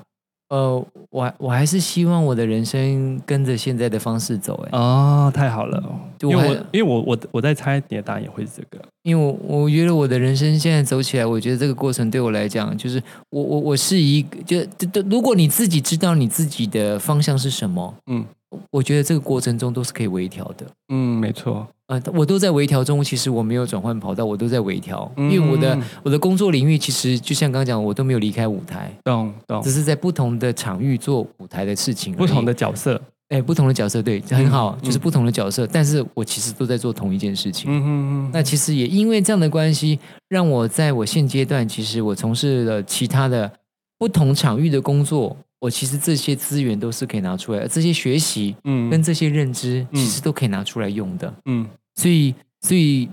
A: 呃，我还我还是希望我的人生跟着现在的方式走、欸，
B: 哦，太好了，因
A: 对
B: 为
A: 我还
B: 我因为我我我在猜你的答案也会是这个。
A: 因为我我觉得我的人生现在走起来，我觉得这个过程对我来讲，就是我我我是一个，就就就如果你自己知道你自己的方向是什么，
B: 嗯
A: 我觉得这个过程中都是可以微调的。
B: 嗯，没错，
A: 呃，我都在微调中，其实我没有转换跑道，我都在微调，因为我的、
B: 嗯
A: 我的工作领域其实就像刚刚讲，我都没有离开舞台，
B: 懂懂
A: 只，是在不同的场域做舞台的事情而已，
B: 不同的角色。
A: 哎不同的角色，对，很好，
B: 嗯
A: 就是不同的角色，但是我其实都在做同一件事情。
B: 嗯
A: 那其实也因为这样的关系，让我在我现阶段，其实我从事了其他的不同场域的工作，我其实这些资源都是可以拿出来，这些学习
B: 嗯
A: 跟这些认知，
B: 嗯
A: 其实都可以拿出来用的。
B: 嗯
A: 所以，所以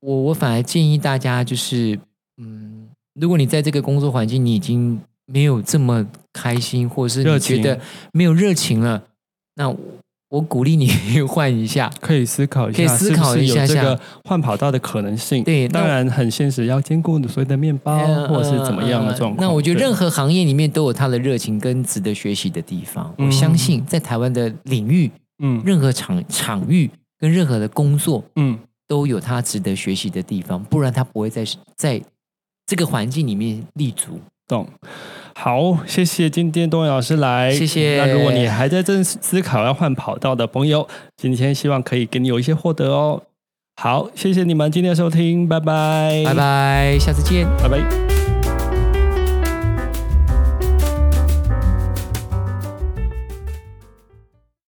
A: 我我反而建议大家，就是嗯，如果你在这个工作环境，你已经没有这么开心，或是
B: 热
A: 你觉
B: 情
A: 得没有热情了，那我我鼓励你 *laughs* 换一下。
B: 可以思考一下，
A: 可以思考一下
B: 是不是有这
A: 下
B: 个换跑道的可能性。
A: 对那
B: 当然很现实，要兼顾你所谓的面包、
A: 呃
B: 哦或是怎么样的状况。
A: 那我觉得
B: 对
A: 任何行业里面都有它的热情跟值得学习的地方。
B: 嗯
A: 我相信在台湾的领域，
B: 嗯
A: 任何场场域跟任何的工作
B: 嗯
A: 都有它值得学习的地方，不然它不会在在这个环境里面立足。
B: 懂。好，谢谢今天东伟老师来，
A: 谢谢
B: 那如果你还在正思考要换跑道的朋友，今天希望可以给你有一些获得哦。好，谢谢你们今天的收听，拜拜，
A: 拜，拜，下次见。
B: 拜拜。